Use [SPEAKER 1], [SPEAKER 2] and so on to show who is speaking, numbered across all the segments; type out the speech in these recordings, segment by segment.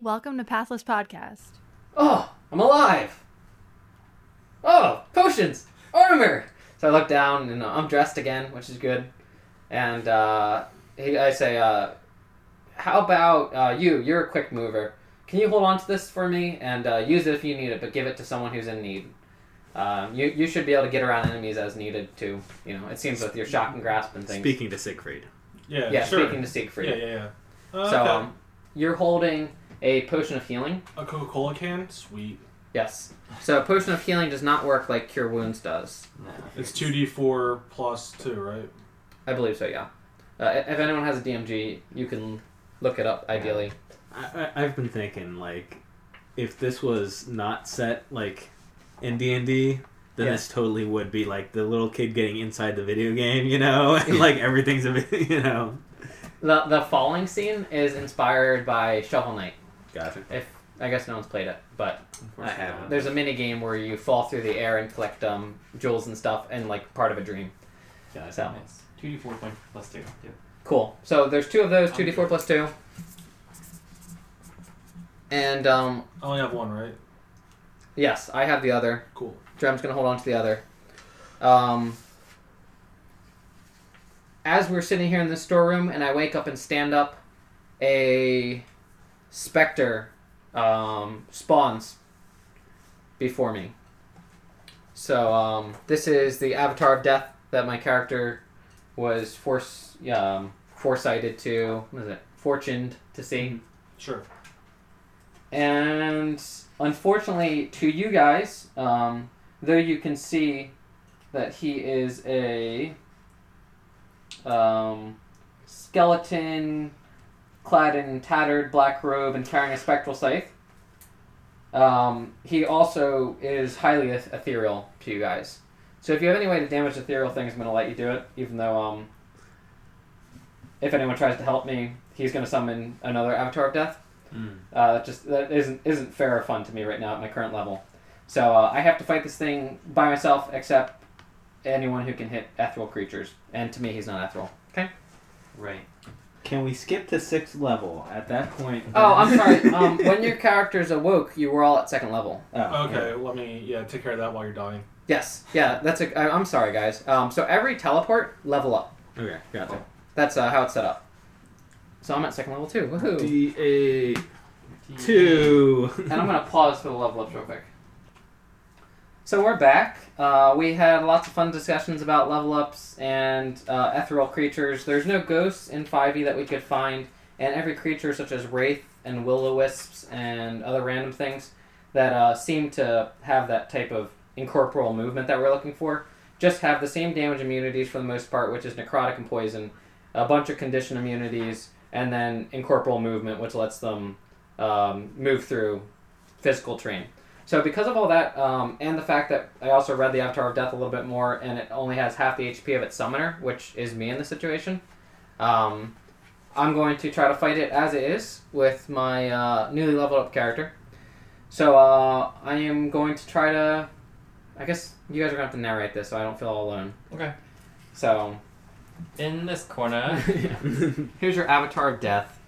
[SPEAKER 1] Welcome to Pathless Podcast.
[SPEAKER 2] Oh, I'm alive. Oh, potions, armor. So I look down and uh, I'm dressed again, which is good. And uh, he, I say, uh, how about uh, you? You're a quick mover. Can you hold on to this for me and uh, use it if you need it, but give it to someone who's in need. Um, you, you should be able to get around enemies as needed too. You know, it seems with your shock and grasp and things.
[SPEAKER 3] Speaking to Siegfried.
[SPEAKER 4] Yeah,
[SPEAKER 2] yeah,
[SPEAKER 4] sure.
[SPEAKER 2] speaking to Siegfried.
[SPEAKER 4] Yeah, yeah, yeah. Uh,
[SPEAKER 2] So
[SPEAKER 4] okay.
[SPEAKER 2] um, you're holding a potion of healing.
[SPEAKER 4] a Coca Cola can? Sweet.
[SPEAKER 2] Yes. So a potion of healing does not work like cure wounds does.
[SPEAKER 4] It's 2d4 plus 2, right?
[SPEAKER 2] I believe so. Yeah. Uh, if anyone has a DMG, you can look it up. Ideally,
[SPEAKER 3] I, I, I've been thinking like, if this was not set like in D and D, then
[SPEAKER 2] Yeah.
[SPEAKER 3] this totally would be like the little kid getting inside the video game, you know, and like everything's a bit, you know.
[SPEAKER 2] the the falling scene is inspired by Shovel Knight.
[SPEAKER 3] Gotcha.
[SPEAKER 2] If I guess no one's played it, but
[SPEAKER 3] I haven't.
[SPEAKER 2] there's a mini game where you fall through the air and collect um, jewels and stuff, and like part of a dream.
[SPEAKER 5] Yeah, that
[SPEAKER 2] So.
[SPEAKER 5] sounds two d four point plus two. Yeah.
[SPEAKER 2] Cool. So there's two of those, two d four plus two. And um,
[SPEAKER 4] I only have one, right?
[SPEAKER 2] yes, I have the other.
[SPEAKER 4] Cool.
[SPEAKER 2] Drem's gonna hold on to the other. Um, as we're sitting here in the storeroom, and I wake up and stand up, a specter um, spawns before me. So um, this is the avatar of death that my character was force um, foresighted to. What is it? Fortuned to see.
[SPEAKER 4] Sure.
[SPEAKER 2] And unfortunately, to you guys, um, though you can see that he is a um, skeleton clad in tattered black robe and carrying a spectral scythe, um, he also is highly eth- ethereal to you guys. So if you have any way to damage ethereal things, I'm going to let you do it, even though um, if anyone tries to help me, he's going to summon another Avatar of Death.
[SPEAKER 3] Mm,
[SPEAKER 2] Uh, that just that isn't isn't fair or fun to me right now at my current level. So uh, I have to fight this thing by myself, except anyone who can hit ethereal creatures. And to me, he's not ethereal.
[SPEAKER 5] Right.
[SPEAKER 3] Can we skip to sixth level at that point?
[SPEAKER 2] Oh, I'm sorry. um, when your characters awoke, you were all at second level.
[SPEAKER 3] Oh,
[SPEAKER 4] Okay, let me yeah take care of that while you're dying.
[SPEAKER 2] Yes. Yeah. That's a. I, I'm sorry, guys. Um, so every teleport level up.
[SPEAKER 3] Okay, gotcha.
[SPEAKER 2] That's uh, how it's set up. So I'm at second level too. Woohoo!
[SPEAKER 3] D eight two.
[SPEAKER 2] and I'm gonna pause for the level ups real quick. So we're back. Uh, we had lots of fun discussions about level ups and uh, ethereal creatures. There's no ghosts in 5e that we could find, and every creature such as wraith and will o wisps and other random things that uh, seem to have that type of incorporeal movement that we're looking for just have the same damage immunities for the most part, which is necrotic and poison, a bunch of condition immunities, and then incorporeal movement, which lets them um, move through physical terrain. So because of all that, um, and the fact that I also read the Avatar of Death a little bit more, and it only has half the HP of its summoner, which is me in this situation, um, I'm going to try to fight it as it is with my uh, newly leveled up character. So uh, I am going to try to. I guess you guys are going to have to narrate this, so I don't feel all alone.
[SPEAKER 5] Okay.
[SPEAKER 2] So
[SPEAKER 5] In this corner.
[SPEAKER 2] here's your Avatar of Death.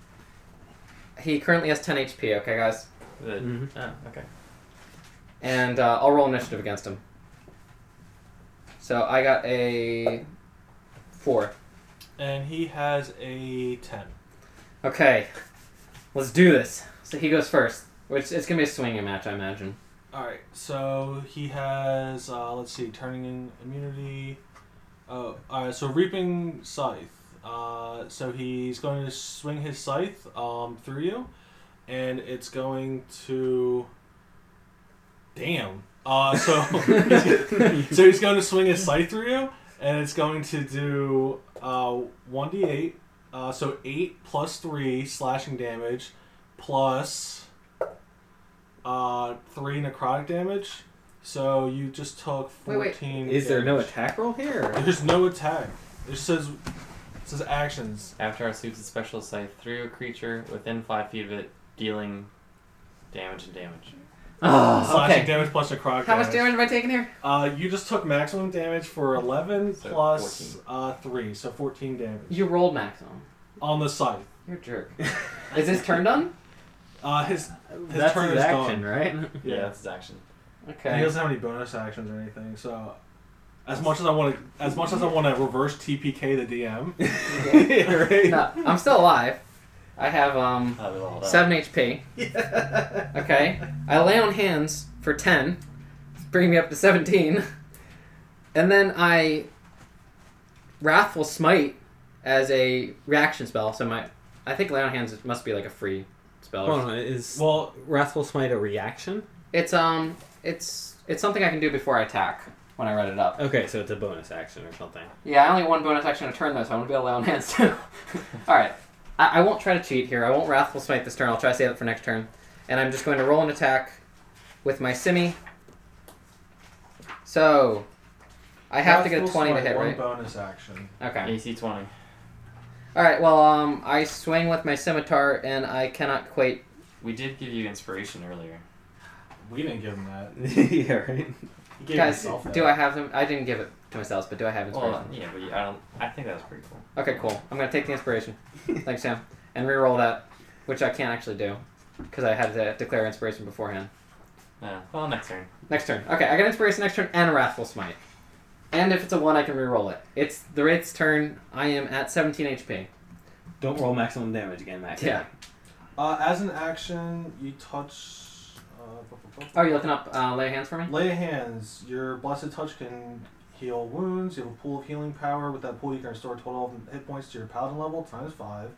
[SPEAKER 2] He currently has 10 HP. Okay, guys.
[SPEAKER 5] the,
[SPEAKER 3] Mhm.
[SPEAKER 5] oh, okay.
[SPEAKER 2] and uh, I'll roll initiative against him. So I got a four.
[SPEAKER 4] And he has a ten.
[SPEAKER 2] Okay, let's do this. So he goes first, which it's gonna be a swinging match, I imagine.
[SPEAKER 4] All right, so he has uh, let's see, turning in immunity. Oh, all right, so reaping scythe. Uh, so he's going to swing his scythe um, through you, and it's going to. Damn. Uh, so so he's going to swing his scythe through you, and it's going to do uh, one d eight. Uh, so eight plus three slashing damage, plus uh, three necrotic damage. So you just took
[SPEAKER 2] Wait, wait.
[SPEAKER 4] fourteen.
[SPEAKER 3] Is there no
[SPEAKER 4] damage.
[SPEAKER 3] attack roll here?
[SPEAKER 4] There's no attack. It says it says actions.
[SPEAKER 5] After our suits a special scythe through a creature within five feet of it, dealing damage and damage.
[SPEAKER 2] Oh,
[SPEAKER 4] Slashing
[SPEAKER 2] okay.
[SPEAKER 4] damage plus necrotic
[SPEAKER 2] How much
[SPEAKER 4] damage.
[SPEAKER 2] damage am I taking here?
[SPEAKER 4] Uh, you just took maximum damage for 11
[SPEAKER 5] So
[SPEAKER 4] plus,
[SPEAKER 5] 14.
[SPEAKER 4] uh, 3, so 14 damage.
[SPEAKER 2] You rolled maximum.
[SPEAKER 4] On the scythe.
[SPEAKER 2] You're a jerk. Is this turned on?
[SPEAKER 4] Uh, his His
[SPEAKER 3] That's
[SPEAKER 4] turn
[SPEAKER 3] his
[SPEAKER 4] is
[SPEAKER 3] action,
[SPEAKER 4] gone.
[SPEAKER 3] right?
[SPEAKER 5] Yeah,
[SPEAKER 4] Yeah.
[SPEAKER 5] that's his action.
[SPEAKER 4] he
[SPEAKER 2] Okay.
[SPEAKER 4] doesn't have any bonus actions or anything. So, as much as I want to, as much as I want to reverse TPK the DM,
[SPEAKER 3] Yeah, right.
[SPEAKER 2] No, I'm still alive. I have um
[SPEAKER 5] Probably leveled up.
[SPEAKER 2] seven HP. Okay. I lay on hands for ten, bring me up to seventeen, and then I wrathful smite as a reaction spell. So my I think lay on hands must be like a free spell. or
[SPEAKER 3] Hold on, is
[SPEAKER 4] well,
[SPEAKER 3] Wrathful Smite a reaction?
[SPEAKER 2] It's um, it's it's something I can do before I attack when I read it up.
[SPEAKER 3] Okay, so it's a bonus action or something.
[SPEAKER 2] Yeah, I only have one bonus action a turn though, so I'm gonna be able to lay on hands too. All right, I, I won't try to cheat here. I won't wrathful smite this turn. I'll try to save it for next turn, and I'm just going to roll an attack with my simi. So, I have to get a
[SPEAKER 4] Wrathful
[SPEAKER 2] twenty to
[SPEAKER 4] Smite,
[SPEAKER 2] hit,
[SPEAKER 4] one
[SPEAKER 2] right?
[SPEAKER 4] Bonus action.
[SPEAKER 2] Okay.
[SPEAKER 5] AC 20.
[SPEAKER 2] All right. Well, um, I swing with my scimitar, and I cannot quite.
[SPEAKER 5] We did give you inspiration earlier.
[SPEAKER 4] We didn't give him that.
[SPEAKER 3] yeah, right.
[SPEAKER 4] He gave
[SPEAKER 2] Guys,
[SPEAKER 4] himself that.
[SPEAKER 2] do I have them? I didn't give it to myself, but do I have inspiration?
[SPEAKER 5] Well, yeah, but you- I don't. I think that was pretty cool.
[SPEAKER 2] Okay, cool. I'm gonna take the inspiration. Thanks, Sam. And re-roll that, which I can't actually do, because I had to declare inspiration beforehand.
[SPEAKER 5] Yeah. Well, next turn.
[SPEAKER 2] Next turn. Okay, I got inspiration next turn and a wrathful smite. And if it's a one, I can re-roll it. It's the Wraith's turn. I am at 17 HP.
[SPEAKER 3] Don't roll maximum damage again, Max.
[SPEAKER 2] Yeah.
[SPEAKER 4] Uh, as an action, you touch. Uh, bu- bu- bu-
[SPEAKER 2] Oh, you looking up uh, lay hands for me?
[SPEAKER 4] Lay of hands. Your blessed touch can heal wounds. You have a pool of healing power. With that pool, you can restore a total of hit points to your paladin level times five.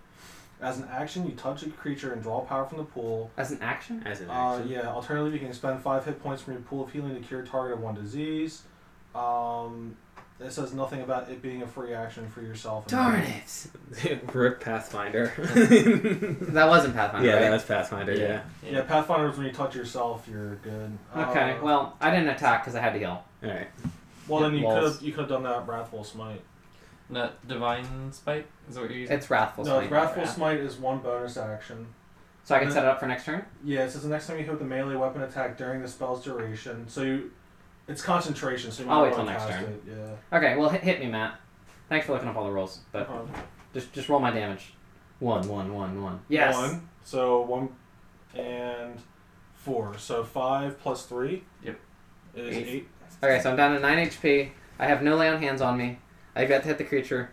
[SPEAKER 4] As an action, you touch a creature and draw power from the pool.
[SPEAKER 2] As an action?
[SPEAKER 3] As an
[SPEAKER 4] Uh,
[SPEAKER 3] action.
[SPEAKER 4] yeah. Alternatively, you can spend five hit points from your pool of healing to cure a target of one disease. Um, it says nothing about it being a free action for yourself.
[SPEAKER 2] Darn it!
[SPEAKER 3] Rip Pathfinder.
[SPEAKER 2] That wasn't Pathfinder,
[SPEAKER 3] yeah, that
[SPEAKER 2] right?
[SPEAKER 3] was Pathfinder. Yeah.
[SPEAKER 4] Yeah, Pathfinder is when you touch yourself, you're good.
[SPEAKER 2] Okay,
[SPEAKER 4] Uh,
[SPEAKER 2] well, I didn't attack because I had to heal.
[SPEAKER 3] All right.
[SPEAKER 4] Well, then you
[SPEAKER 2] Walls.
[SPEAKER 4] could have you could have done that wrathful smite.
[SPEAKER 5] No, divine spite is that what you're using.
[SPEAKER 2] It's Uh-huh. wrathful
[SPEAKER 4] no,
[SPEAKER 2] smite.
[SPEAKER 4] wrathful smite is one bonus action.
[SPEAKER 2] So I can set it up for next turn?
[SPEAKER 4] Yeah, it says the next time you hit with a melee weapon attack during the spell's duration, so you, it's concentration, so you might
[SPEAKER 2] I'll Oh,
[SPEAKER 4] not
[SPEAKER 2] wait till
[SPEAKER 4] wanna
[SPEAKER 2] next
[SPEAKER 4] cast
[SPEAKER 2] turn.
[SPEAKER 4] It. Yeah.
[SPEAKER 2] Okay, well, hit, hit me, Matt. Thanks for looking up all the rules, but...
[SPEAKER 4] Um,
[SPEAKER 2] Just just roll my damage. One, one, one, one. Yes.
[SPEAKER 4] One. So one, and four. So five plus three.
[SPEAKER 5] Yep.
[SPEAKER 4] Is
[SPEAKER 2] Eight.
[SPEAKER 4] eight.
[SPEAKER 2] Okay, so I'm down to nine HP. I have no lay on hands on me. I've got to hit the creature.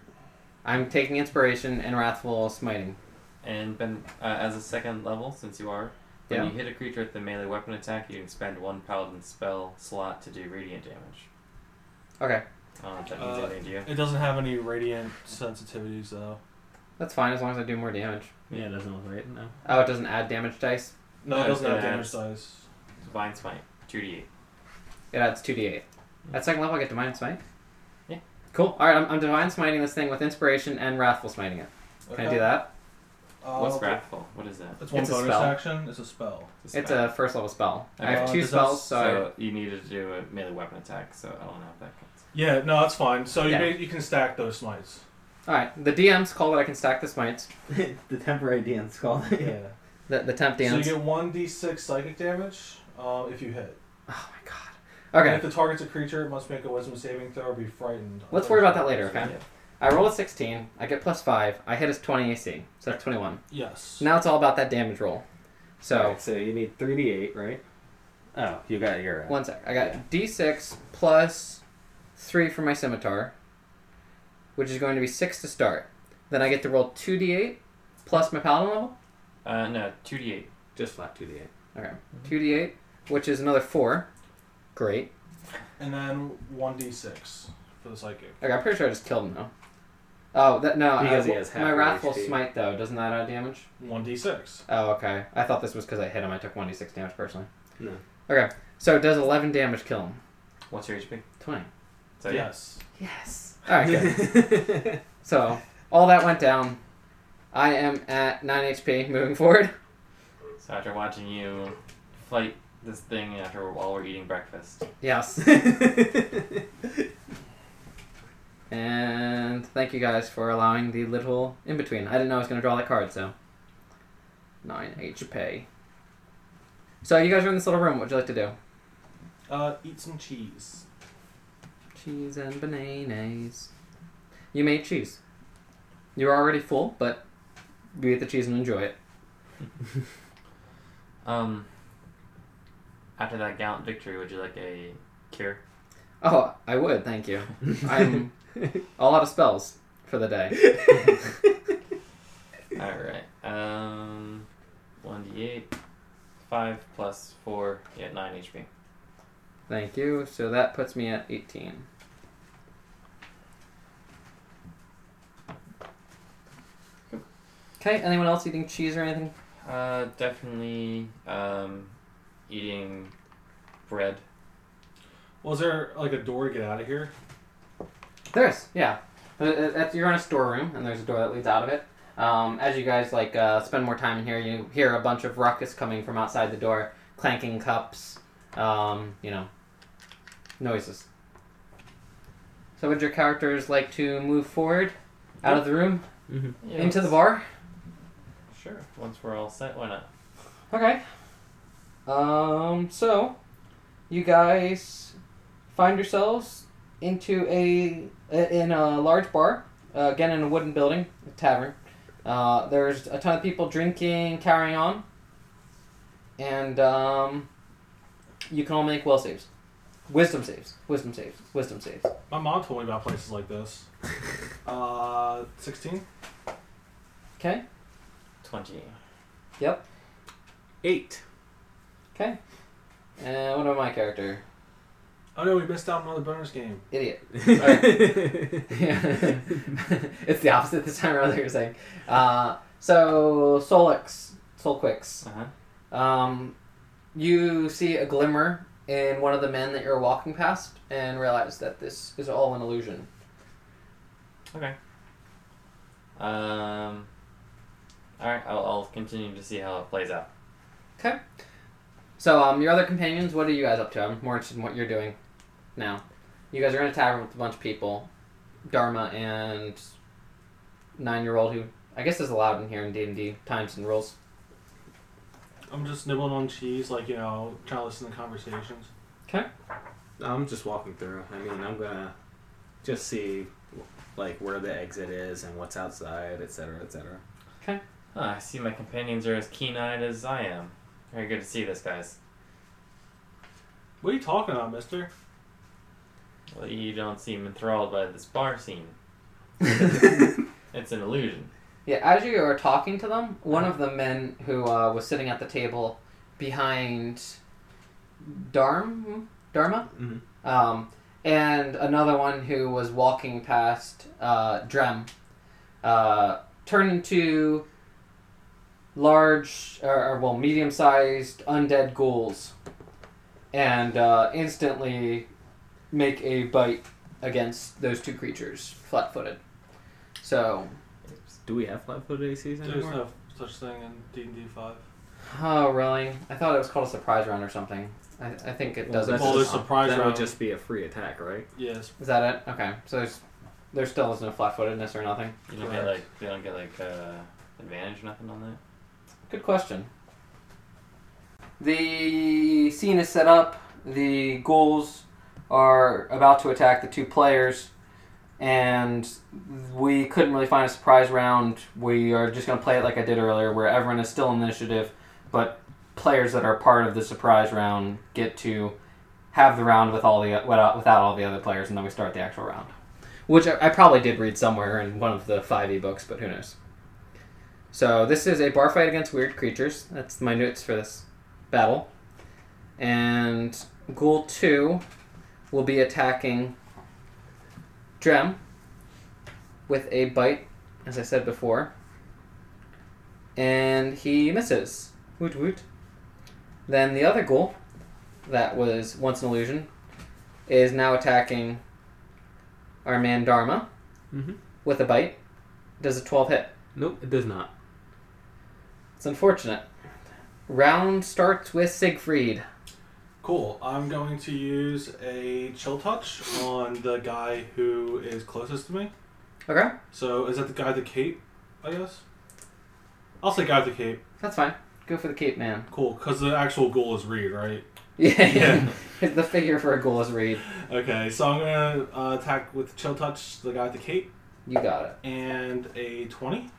[SPEAKER 2] I'm taking inspiration and wrathful smiting.
[SPEAKER 5] And Ben, uh, as a second level, since you are, when
[SPEAKER 2] Yeah.
[SPEAKER 5] you hit a creature with a melee weapon attack, you can spend one paladin spell slot to do radiant damage.
[SPEAKER 2] Okay,
[SPEAKER 5] I don't know if that means
[SPEAKER 4] Uh,
[SPEAKER 5] anything to you.
[SPEAKER 4] It doesn't have any radiant sensitivities though.
[SPEAKER 2] that's fine as long as I do more damage.
[SPEAKER 3] Yeah, it doesn't look right. No.
[SPEAKER 2] Oh, it doesn't add damage dice.
[SPEAKER 4] No,
[SPEAKER 5] No,
[SPEAKER 4] it doesn't
[SPEAKER 5] it
[SPEAKER 4] have damage
[SPEAKER 5] adds-
[SPEAKER 4] size.
[SPEAKER 5] Divine spite, two d eight.
[SPEAKER 2] It adds two d8. At second level, I get divine smite.
[SPEAKER 5] Yeah.
[SPEAKER 2] Cool. All right, I'm, I'm divine smiting this thing with inspiration and wrathful smiting it. Can I do that?
[SPEAKER 4] Uh,
[SPEAKER 5] What's wrathful? What is that?
[SPEAKER 4] It's one
[SPEAKER 2] It's a
[SPEAKER 4] bonus
[SPEAKER 2] spell.
[SPEAKER 4] action. It's a spell.
[SPEAKER 2] It's
[SPEAKER 5] spell.
[SPEAKER 2] a first level spell. I
[SPEAKER 5] Okay.
[SPEAKER 2] have two
[SPEAKER 4] Does that-
[SPEAKER 2] spells, so, I-
[SPEAKER 5] so you needed to do a melee weapon attack. So I don't know if that counts.
[SPEAKER 4] Yeah, no, that's fine. So you,
[SPEAKER 2] Yeah.
[SPEAKER 4] may, you can stack those smites.
[SPEAKER 2] all right. The DMs call that I can stack the smites.
[SPEAKER 3] the temporary dance call.
[SPEAKER 2] The the temp
[SPEAKER 4] So you
[SPEAKER 2] DMs.
[SPEAKER 4] get one d6 psychic damage uh, if you hit.
[SPEAKER 2] Oh my god.
[SPEAKER 4] And
[SPEAKER 2] Okay.
[SPEAKER 4] if the target's a creature, it must make a wisdom saving throw or be frightened.
[SPEAKER 2] Let's worry about that later, okay?
[SPEAKER 5] Yeah.
[SPEAKER 2] I roll a 16, I get plus 5, I hit his 20 AC, so that's 21.
[SPEAKER 4] Yes.
[SPEAKER 2] Now it's all about that damage roll. So,
[SPEAKER 3] Alright, so you need three d eight, right? Oh, you got your. Uh,
[SPEAKER 2] one sec. I got d6 plus 3 for my scimitar, which is going to be 6 to start. Then I get to roll 2d8 plus my paladin level.
[SPEAKER 5] Uh, no, two d eight.
[SPEAKER 3] Just flat two d eight.
[SPEAKER 2] Okay.
[SPEAKER 3] Mm-hmm.
[SPEAKER 2] 2d8, which is another 4. Great.
[SPEAKER 4] And then 1d6 for the psychic.
[SPEAKER 2] Okay, I'm pretty sure I just killed him, though. Oh, that, no.
[SPEAKER 3] Because
[SPEAKER 2] I,
[SPEAKER 3] he has half
[SPEAKER 2] my
[SPEAKER 3] your
[SPEAKER 2] wrathful
[SPEAKER 3] HP.
[SPEAKER 2] smite, though, doesn't that add damage?
[SPEAKER 4] 1d6.
[SPEAKER 2] Oh, okay. I thought this was because I hit him. I took 1d6 damage personally.
[SPEAKER 3] No.
[SPEAKER 2] Okay, so does 11 damage kill him?
[SPEAKER 5] What's your HP?
[SPEAKER 2] 20.
[SPEAKER 5] So yeah.
[SPEAKER 4] yes.
[SPEAKER 2] Yes. Alright, good. so, all that went down. I am at 9 HP moving forward.
[SPEAKER 5] So after watching you fight this thing after while we're eating breakfast,
[SPEAKER 2] Yes. And thank you guys for allowing the little in between. I didn't know I was going to draw that card, so. 9 HP. So, you guys are in this little room. What would you like to do?
[SPEAKER 4] Uh, eat some cheese.
[SPEAKER 2] Cheese and bananas. You made cheese. You're already full, but you eat the cheese and enjoy it.
[SPEAKER 5] Um, after that gallant victory, would you like a cure?
[SPEAKER 2] Oh, I would, thank you. I'm all out of spells for the day.
[SPEAKER 5] All right. Um, one d eight, five plus four, yeah, nine HP.
[SPEAKER 2] Thank you. So that puts me at 18. Okay, anyone else eating cheese or anything?
[SPEAKER 5] Uh, definitely. Um, eating bread.
[SPEAKER 4] Was there like a door to get out of here?
[SPEAKER 2] There is, yeah. Uh, uh, that's- You're in a storeroom, and there's a door that leads out of it. Um, as you guys like uh, spend more time in here, you hear a bunch of ruckus coming from outside the door, clanking cups, um, you know, noises. So would your characters like to move forward, out of the room,
[SPEAKER 5] Yeah,
[SPEAKER 2] into the
[SPEAKER 5] let's-
[SPEAKER 2] bar?
[SPEAKER 5] Sure. Once we're all set, why not?
[SPEAKER 2] Okay. Um, so you guys find yourselves into a in a large bar, uh, again in a wooden building, a tavern. Uh, there's a ton of people drinking, carrying on, and um, you can all make will saves, wisdom saves, wisdom saves, wisdom saves.
[SPEAKER 4] My mom told me about places like this. Uh, 16?
[SPEAKER 2] Okay.
[SPEAKER 5] Twenty.
[SPEAKER 3] Eight.
[SPEAKER 2] Okay. And what about my character?
[SPEAKER 4] Oh no, we missed out on another bonus game.
[SPEAKER 2] Idiot. Yeah. it's the opposite this time around. They were saying. Uh, so Solix, Solquix,
[SPEAKER 5] Uh huh.
[SPEAKER 2] um, you see a glimmer in one of the men that you're walking past, and realize that this is all an illusion.
[SPEAKER 5] Okay. Um. All right. I'll, I'll continue to see how it plays out.
[SPEAKER 2] So um, your other companions, what are you guys up to? I'm more interested in what you're doing now. You guys are in a tavern with a bunch of people, Dharma and nine-year-old who I guess is allowed in here in D and D times and rules.
[SPEAKER 4] I'm just nibbling on cheese, like, you know, trying to listen to conversations.
[SPEAKER 3] I'm just walking through. I mean, I'm gonna just see like where the exit is and what's outside, etc., etc.
[SPEAKER 5] Huh, I see my companions are as keen-eyed as I am. Very good to see this, guys.
[SPEAKER 4] What are you talking about, mister?
[SPEAKER 5] Well, you don't seem enthralled by this bar scene. It's an illusion.
[SPEAKER 2] Yeah, as you are talking to them, one of the men who uh, was sitting at the table behind Dharm, Dharma
[SPEAKER 3] Mhm.
[SPEAKER 2] um, and another one who was walking past uh, Drem uh, turned into large, or, or, well, medium sized undead ghouls and uh, instantly make a bite against those two creatures flat footed. So.
[SPEAKER 3] Do we have flat footed ACs
[SPEAKER 4] There's
[SPEAKER 3] anymore?
[SPEAKER 4] no such thing in D&D 5.
[SPEAKER 2] Oh, really? I thought it was called a surprise round or something. I, I think it
[SPEAKER 3] Well,
[SPEAKER 2] does.
[SPEAKER 3] that's
[SPEAKER 4] Oh, there's
[SPEAKER 2] exist.
[SPEAKER 3] just-
[SPEAKER 4] surprise
[SPEAKER 3] that
[SPEAKER 4] round.
[SPEAKER 3] would just be a free attack, right?
[SPEAKER 4] Yes.
[SPEAKER 2] Is that it? Okay. So there's, there still is no flat footedness or nothing.
[SPEAKER 5] You don't get like they don't get like uh, advantage or nothing on that.
[SPEAKER 2] Good question. The scene is set up. The ghouls are about to attack the two players, and we couldn't really find a surprise round. We are just going to play it like I did earlier, where everyone is still in initiative, but players that are part of the surprise round get to have the round with all the without without all the other players, and then we start the actual round. Which I, I probably did read somewhere in one of the five e books, but who knows. So this is a bar fight against weird creatures. That's my notes for this battle. And Ghoul 2 will be attacking Drem with a bite, as I said before. And he misses. Woot woot. Then the other ghoul, that was once an illusion, is now attacking our man Dharma
[SPEAKER 3] Mm-hmm.
[SPEAKER 2] with a bite. Does a 12 hit?
[SPEAKER 3] Nope, it does not.
[SPEAKER 2] It's unfortunate. Round starts with Siegfried.
[SPEAKER 4] Cool. I'm going to use a chill touch on the guy who is closest to me.
[SPEAKER 2] Okay,
[SPEAKER 4] So, is that the guy with the cape, I guess? I'll say guy with the cape.
[SPEAKER 2] that's fine. Go for the cape, man.
[SPEAKER 4] Cool, because the actual goal is Reed, right?
[SPEAKER 2] Yeah, the figure for a goal is Reed.
[SPEAKER 4] Okay, so I'm gonna uh, attack with chill touch the guy with the cape
[SPEAKER 2] You got it.
[SPEAKER 4] and a twenty.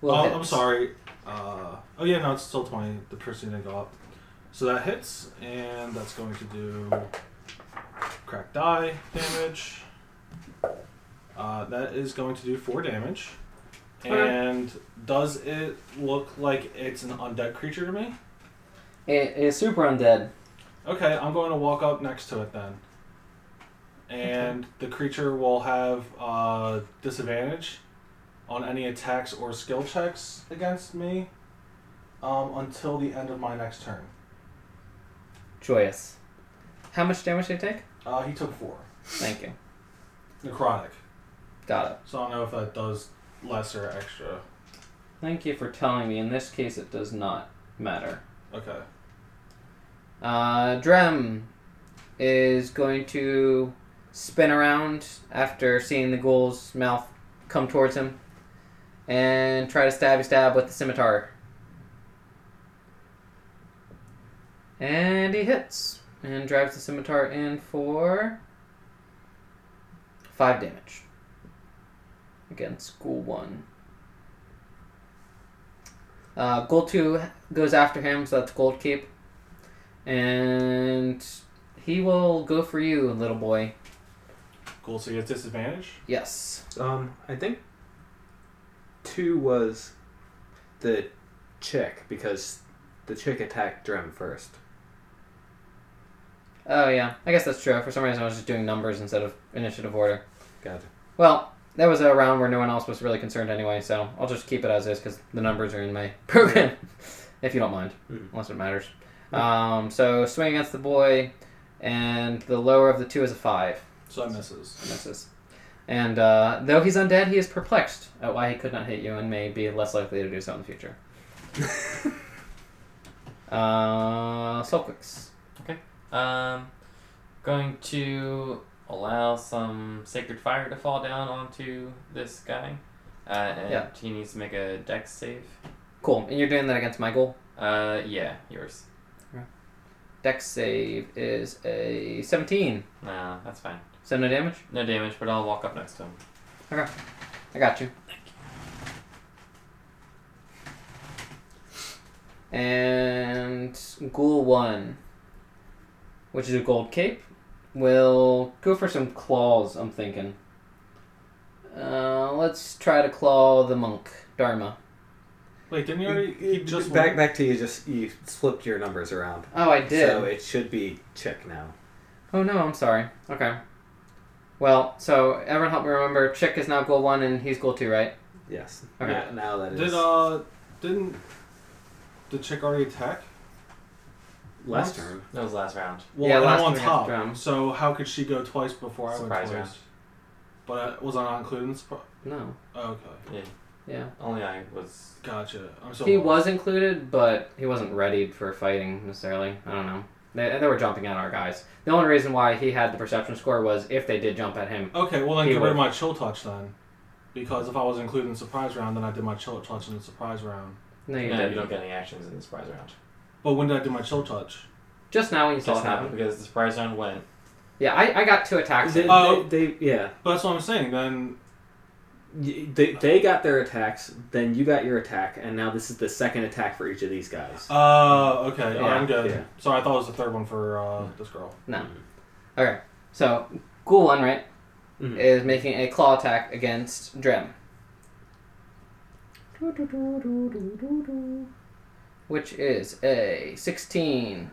[SPEAKER 2] Will
[SPEAKER 4] oh,
[SPEAKER 2] hit.
[SPEAKER 4] I'm sorry. Uh, oh yeah, no, it's still twenty. The person didn't go up, so that hits, and that's going to do crack die damage. Uh, that is going to do four damage,
[SPEAKER 2] Okay.
[SPEAKER 4] and does it look like it's an undead creature to me?
[SPEAKER 2] It is super undead.
[SPEAKER 4] Okay, I'm going to walk up next to it then. And the creature will have uh, disadvantage on any attacks or skill checks against me um, until the end of my next turn.
[SPEAKER 2] Joyous. How much damage did he take?
[SPEAKER 4] Uh, he took four.
[SPEAKER 2] Thank you.
[SPEAKER 4] Necrotic.
[SPEAKER 2] Got it.
[SPEAKER 4] So I don't know if that does less or extra.
[SPEAKER 2] Thank you for telling me. In this case, it does not matter.
[SPEAKER 4] Okay.
[SPEAKER 2] Uh, Drem is going to spin around after seeing the ghoul's mouth come towards him and try to stabby stab with the scimitar. And he hits and drives the scimitar in for five damage against ghoul one. Uh, goal two goes after him, so that's gold cape. And he will go for you, little boy.
[SPEAKER 4] Cool. So he gets disadvantage.
[SPEAKER 2] Yes.
[SPEAKER 3] Um, I think two was the chick because the chick attacked Drem first.
[SPEAKER 2] Oh, yeah. I guess that's true. For some reason, I was just doing numbers instead of initiative order.
[SPEAKER 3] Gotcha.
[SPEAKER 2] Well, that was a round where no one else was really concerned anyway, so I'll just keep it as is because the numbers are in my program, if you don't mind,
[SPEAKER 3] Mm.
[SPEAKER 2] unless it matters. Um, so swing against the boy, and the lower of the two is a five.
[SPEAKER 4] So that misses.
[SPEAKER 2] Misses. And uh, though he's undead, he is perplexed at why he could not hit you and may be less likely to do so in the future. uh, soul quicks.
[SPEAKER 5] Um, going to allow some sacred fire to fall down onto this guy. Uh, and
[SPEAKER 2] Yeah.
[SPEAKER 5] he needs to make a dex save.
[SPEAKER 2] Cool. And you're doing that against my goal.
[SPEAKER 5] Uh, yeah, yours.
[SPEAKER 2] Dex save is a 17.
[SPEAKER 5] Nah, that's fine.
[SPEAKER 2] So no damage?
[SPEAKER 5] No damage, but I'll walk up next to him.
[SPEAKER 2] I got you. And Ghoul 1, which is a gold cape, will go for some claws, I'm thinking. Uh, let's try to claw the monk, Dharma.
[SPEAKER 4] Wait, didn't he already? He just
[SPEAKER 3] back
[SPEAKER 4] went-
[SPEAKER 3] back to you. Just you flipped your numbers around.
[SPEAKER 2] Oh, I did.
[SPEAKER 3] So it should be chick now.
[SPEAKER 2] Oh no, I'm sorry. Okay. Well, so everyone help me remember Chick is now goal 1 and he's goal 2, right?
[SPEAKER 3] Yes.
[SPEAKER 2] Okay.
[SPEAKER 3] Now, now that is
[SPEAKER 4] Did uh? Didn't the chick already attack?
[SPEAKER 3] last
[SPEAKER 4] what?
[SPEAKER 3] turn.
[SPEAKER 5] That was last round.
[SPEAKER 4] Well,
[SPEAKER 2] Yeah,
[SPEAKER 4] and
[SPEAKER 2] last
[SPEAKER 4] I'm on
[SPEAKER 2] one has
[SPEAKER 4] top.
[SPEAKER 2] drum.
[SPEAKER 4] So how could she go twice before I
[SPEAKER 5] Surprise
[SPEAKER 4] went
[SPEAKER 5] round.
[SPEAKER 4] twice? But I, was I not included in the surpri-
[SPEAKER 2] No.
[SPEAKER 4] Okay,
[SPEAKER 5] Yeah,
[SPEAKER 2] Yeah.
[SPEAKER 5] only I was.
[SPEAKER 4] gotcha. I'm so
[SPEAKER 2] He
[SPEAKER 4] lost.
[SPEAKER 2] was included, but he wasn't ready for fighting necessarily. I don't know. They, they were jumping at our guys. The only reason why he had the perception score was if they did jump at him.
[SPEAKER 4] Okay, well then
[SPEAKER 2] He
[SPEAKER 4] get rid
[SPEAKER 2] was.
[SPEAKER 4] of my chill touch then, because if I was included in the surprise round, then I did my chill touch in the surprise round.
[SPEAKER 2] No, you
[SPEAKER 5] No,
[SPEAKER 2] didn't.
[SPEAKER 5] you don't get any actions in the surprise round.
[SPEAKER 4] But when did I do my chill touch?
[SPEAKER 2] Just now when you saw
[SPEAKER 5] Just
[SPEAKER 2] it
[SPEAKER 5] happened
[SPEAKER 2] happen.
[SPEAKER 5] because the surprise round went.
[SPEAKER 2] Yeah, I, I got two attacks.
[SPEAKER 3] They,
[SPEAKER 2] in.
[SPEAKER 4] Oh.
[SPEAKER 3] they, they- yeah.
[SPEAKER 4] But that's what I'm saying. Then
[SPEAKER 3] Y- They, they got their attacks, then you got your attack, and now this is the second attack for each of these guys.
[SPEAKER 4] uh, okay,
[SPEAKER 2] Yeah, Hmm.
[SPEAKER 4] alright, I'm good.
[SPEAKER 3] yeah.
[SPEAKER 4] Sorry, I thought it was the third one for uh, this girl.
[SPEAKER 2] So, Ghoul 1, right,
[SPEAKER 5] Mm-hmm.
[SPEAKER 3] Mhm.
[SPEAKER 2] is making a claw attack against Drem. Which is a 16.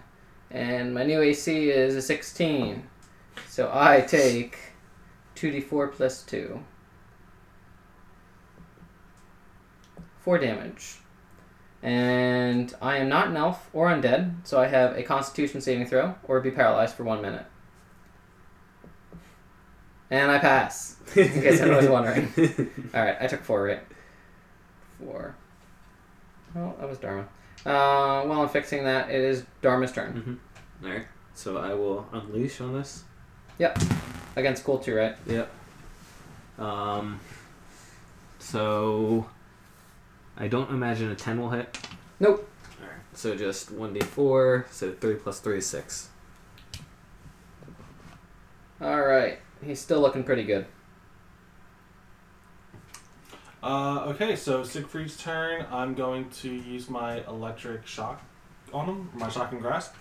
[SPEAKER 2] And my new AC is a 16. So I take 2d4 plus 2. 4 damage. And I am not an elf or undead, so I have a constitution saving throw or be paralyzed for one minute. And I pass. In case anyone's wondering. Alright, I took four, right? Four. Well, that was Dharma. Uh, while I'm fixing that, it is Dharma's turn.
[SPEAKER 3] Mhm. Alright, so I will unleash on this.
[SPEAKER 2] Against Ghoul 2, right?
[SPEAKER 3] Yep. Um, so I don't imagine a 10 will hit.
[SPEAKER 2] Nope.
[SPEAKER 3] Alright, so just 1d4, so 3 plus 3 is 6.
[SPEAKER 2] Alright. He's still looking pretty good.
[SPEAKER 4] Uh, okay, so Siegfried's turn. I'm going to use my electric shock on him, my shocking grasp.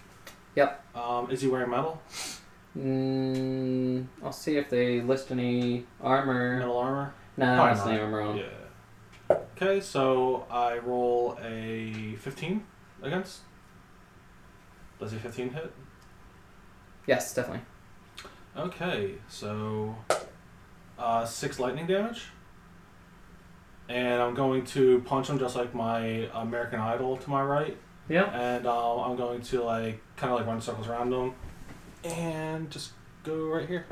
[SPEAKER 2] Yep.
[SPEAKER 4] Um, is he wearing metal?
[SPEAKER 2] Mm, I'll see if they list any armor.
[SPEAKER 4] Metal armor?
[SPEAKER 2] No,
[SPEAKER 4] Probably
[SPEAKER 2] that's the
[SPEAKER 4] not.
[SPEAKER 2] armor on.
[SPEAKER 4] Yeah. Okay, so I roll a 15 against. Does a 15 hit?
[SPEAKER 2] Yes, definitely.
[SPEAKER 4] Okay, so uh, six lightning damage, and I'm going to punch him just like my American Idol to my right,
[SPEAKER 2] Yep.
[SPEAKER 4] and um, I'm going to like kind of like run circles around him, and just go right here.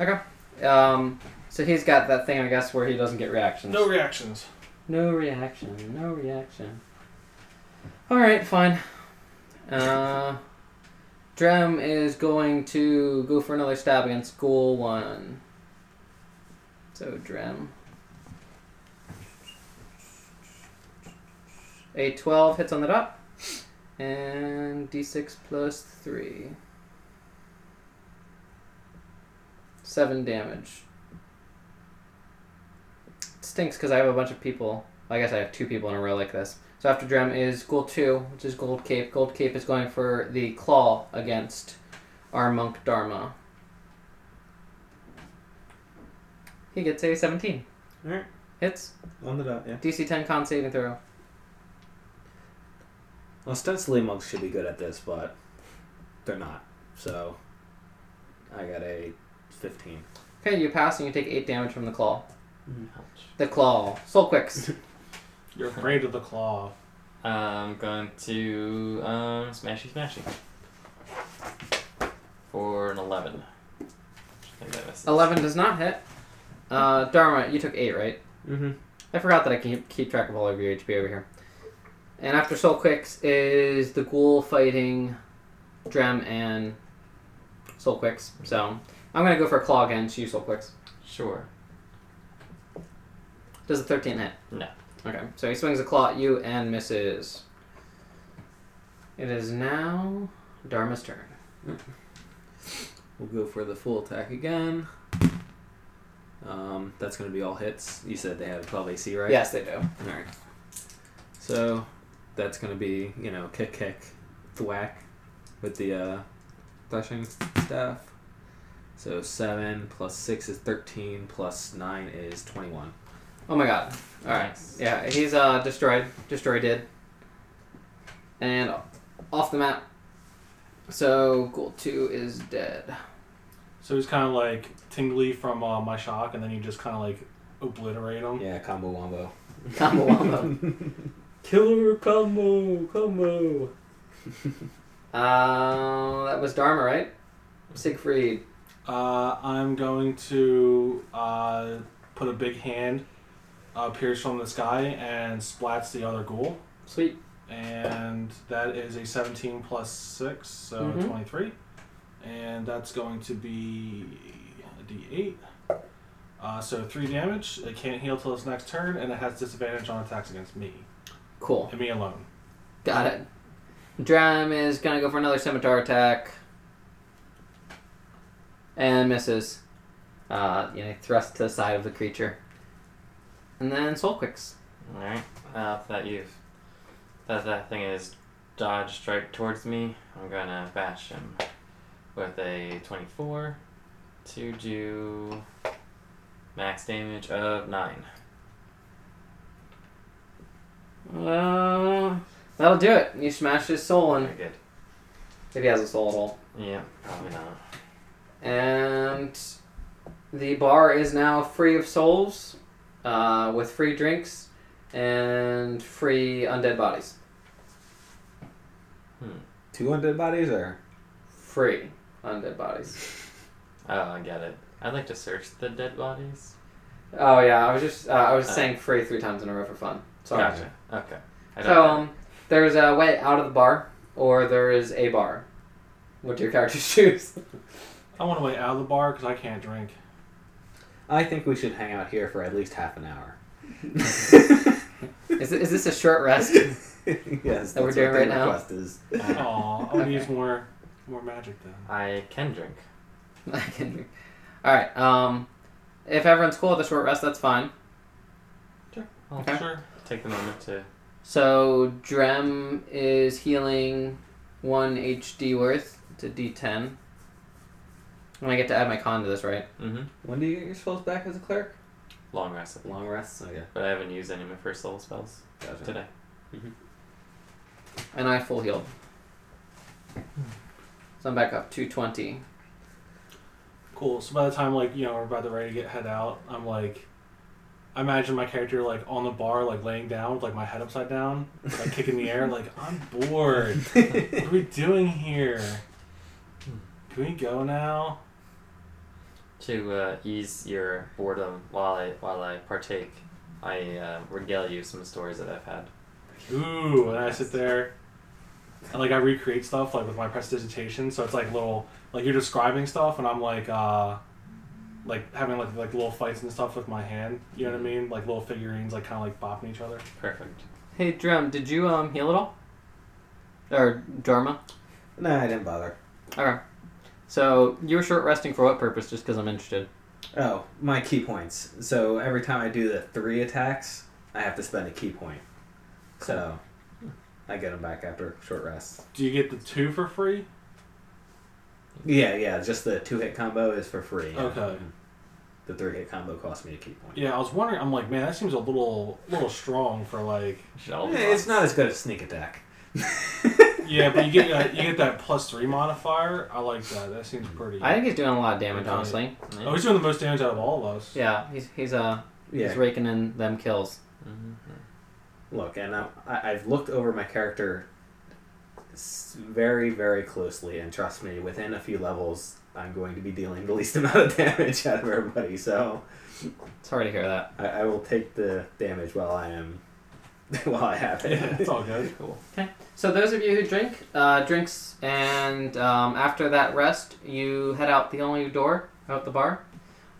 [SPEAKER 2] Okay. Um, so he's got that thing, I guess, where he doesn't get reactions.
[SPEAKER 4] No reactions.
[SPEAKER 2] No reaction. No reaction. All right, fine. Uh, Drem is going to go for another stab against Ghoul One. So Drem. A twelve hits on the dot, and D six plus three. Seven damage stinks because I have a bunch of people. I guess I have two people in a row like this. So after Drem is Gold 2, which is Gold Cape. Gold Cape is going for the Claw against our Monk Dharma. He gets a 17.
[SPEAKER 3] Alright.
[SPEAKER 2] Hits.
[SPEAKER 3] On the dot, yeah.
[SPEAKER 2] DC 10 con saving throw.
[SPEAKER 3] Ostensibly, monks should be good at this, but they're not. So, I got a 15.
[SPEAKER 2] Okay, you pass and you take 8 damage from the Claw.
[SPEAKER 3] Hmm.
[SPEAKER 5] Ouch.
[SPEAKER 2] The Claw. Soul Quicks.
[SPEAKER 4] You're afraid of the claw.
[SPEAKER 5] I'm going to um, smashy smashy for an eleven. I think that misses.
[SPEAKER 2] 11 does not hit. Uh, Dharma, you took 8, right?
[SPEAKER 3] Mm-hmm.
[SPEAKER 2] I forgot that I can keep track of all of your HP over here. And after Soul Quicks is the ghoul fighting Drem and Soul Quicks. So I'm gonna go for a claw against you, Soul Quicks.
[SPEAKER 5] Sure.
[SPEAKER 2] Does a 13 hit?
[SPEAKER 5] No.
[SPEAKER 2] Okay, so he swings a claw at you and misses. It is now Dharma's turn.
[SPEAKER 3] We'll go for the full attack again. Um, that's going to be all hits. You said they had 12 AC, right?
[SPEAKER 2] Yes, they do.
[SPEAKER 3] Alright. So, that's going to be, you know, kick, kick, thwack with the uh, threshing staff. So, 7 plus 6 is 13, plus 9 is 21.
[SPEAKER 2] Oh my god. Alright.
[SPEAKER 5] Nice.
[SPEAKER 2] Yeah, he's uh, destroyed. Destroyed did. And off the map. So Ghoul 2 is dead.
[SPEAKER 4] So he's kind of like tingly from uh, my shock, and then you just kind of like obliterate him.
[SPEAKER 3] Yeah, combo wombo.
[SPEAKER 2] Combo wombo.
[SPEAKER 3] Killer combo, combo.
[SPEAKER 2] Uh, that was Dharma, right? Siegfried.
[SPEAKER 4] Uh, I'm going to uh, put a big hand, uh, pierce from the sky, and splats the other ghoul.
[SPEAKER 2] Sweet.
[SPEAKER 4] And that is a 17 plus 6, so
[SPEAKER 2] Mhm.
[SPEAKER 4] 23. And that's going to be a d8. Uh, so 3 damage. It can't heal till its next turn, and it has disadvantage on attacks against me.
[SPEAKER 2] Cool.
[SPEAKER 4] And me alone.
[SPEAKER 2] Got it. Dram is gonna go for another scimitar attack. And misses. Uh, you know, thrust to the side of the creature. And then Soul Quicks.
[SPEAKER 5] All right. Uh, that you've that that thing is dodged right towards me. I'm gonna bash him with a 24 to do max damage of nine.
[SPEAKER 2] Uh, that'll do it. You smash his soul in.
[SPEAKER 5] Very good.
[SPEAKER 2] If he has a soul at all.
[SPEAKER 5] Yeah, probably not.
[SPEAKER 2] And the bar is now free of souls, uh, with free drinks and free undead bodies.
[SPEAKER 3] Two undead bodies or?
[SPEAKER 2] Free undead bodies.
[SPEAKER 5] Oh, I get it. I'd like to search the dead bodies.
[SPEAKER 2] Oh yeah, I was just uh, I was
[SPEAKER 5] Uh.
[SPEAKER 2] saying free three times in a row for fun. Sorry.
[SPEAKER 5] Gotcha. Okay. I don't
[SPEAKER 2] So um, there's a way out of the bar, or there is a bar. What do your characters choose?
[SPEAKER 4] I want to way out of the bar because I can't drink.
[SPEAKER 3] I think we should hang out here for at least half an hour.
[SPEAKER 2] Is, thi- is this a short rest?
[SPEAKER 3] yes,
[SPEAKER 2] That we're
[SPEAKER 3] that's
[SPEAKER 2] doing
[SPEAKER 3] what
[SPEAKER 2] right
[SPEAKER 3] the
[SPEAKER 2] now?
[SPEAKER 3] request is.
[SPEAKER 4] Aw, I would
[SPEAKER 2] Okay.
[SPEAKER 4] use more, more magic then.
[SPEAKER 5] I can drink.
[SPEAKER 2] I can. All right. Um, if everyone's cool with a short rest, that's fine.
[SPEAKER 5] Well,
[SPEAKER 2] Okay.
[SPEAKER 5] Oh, sure. Take the moment to.
[SPEAKER 2] So Drem is healing one HD worth to D10. And I get to add my con to this, right?
[SPEAKER 5] Mm-hmm.
[SPEAKER 3] When do you get your souls back as a cleric?
[SPEAKER 5] Long rest. I think.
[SPEAKER 3] Long rests.
[SPEAKER 2] Oh,
[SPEAKER 3] Okay.
[SPEAKER 5] But I haven't used any of my first level spells
[SPEAKER 3] Gotcha.
[SPEAKER 5] today.
[SPEAKER 2] And I full healed. So I'm back up 220.
[SPEAKER 4] Cool. So by the time like you know we're about to ready to get head out, I'm like, I imagine my character like on the bar, like laying down with like my head upside down, like kicking the air, like I'm bored. what are we doing here? Can we go now?
[SPEAKER 5] To uh, ease your boredom while I while I partake, I uh, regale you some stories that I've had.
[SPEAKER 4] Ooh, and I sit there, and like I recreate stuff like with my prestidigitation. So it's like little like you're describing stuff, and I'm like uh, like having like like little fights and stuff with my hand. You know what I mean? Like little figurines, like kind of like bopping each other.
[SPEAKER 5] Perfect.
[SPEAKER 2] Hey Drem, did you um heal at all? Or Dharma?
[SPEAKER 3] Nah, I didn't bother.
[SPEAKER 2] Alright. So you were short resting for what purpose? Just because I'm interested.
[SPEAKER 3] Oh, my key points. So every time I do the three attacks, I have to spend a key point. So I get them back after short rest.
[SPEAKER 4] Do you get the two for free?
[SPEAKER 3] Yeah, yeah. Just the two hit combo is for free.
[SPEAKER 4] Okay.
[SPEAKER 3] The three hit combo costs me a key point.
[SPEAKER 4] Yeah, I was wondering. I'm like, man, that seems a little, little strong for like.
[SPEAKER 5] Shall
[SPEAKER 3] Eh, it's not as good as sneak attack.
[SPEAKER 4] Yeah, but you get uh, you get that plus three modifier. I like that. That seems pretty.
[SPEAKER 2] I think he's doing a lot of damage,
[SPEAKER 4] Okay.
[SPEAKER 2] honestly.
[SPEAKER 4] oh, he's doing the most damage out of all of us.
[SPEAKER 2] Yeah, he's he's uh
[SPEAKER 3] Yeah.
[SPEAKER 2] he's raking in them kills.
[SPEAKER 5] hmm
[SPEAKER 3] Look, and I, I, I've looked over my character s- very, very closely, and trust me, within a few levels, I'm going to be dealing the least amount of damage out of everybody. So
[SPEAKER 2] Sorry to hear that.
[SPEAKER 3] I, I will take the damage while I am, while I have it.
[SPEAKER 4] Yeah, it's all good.
[SPEAKER 5] Cool.
[SPEAKER 2] So those of you who drink, uh, drinks, and um, after that rest, you head out the only door out the bar.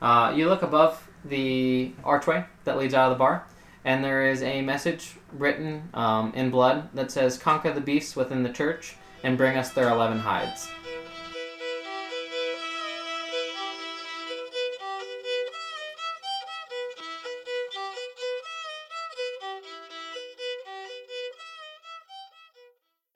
[SPEAKER 2] Uh, you look above the archway that leads out of the bar, and there is a message written um, in blood that says, "Conquer the beasts within the church and bring us their eleven hides."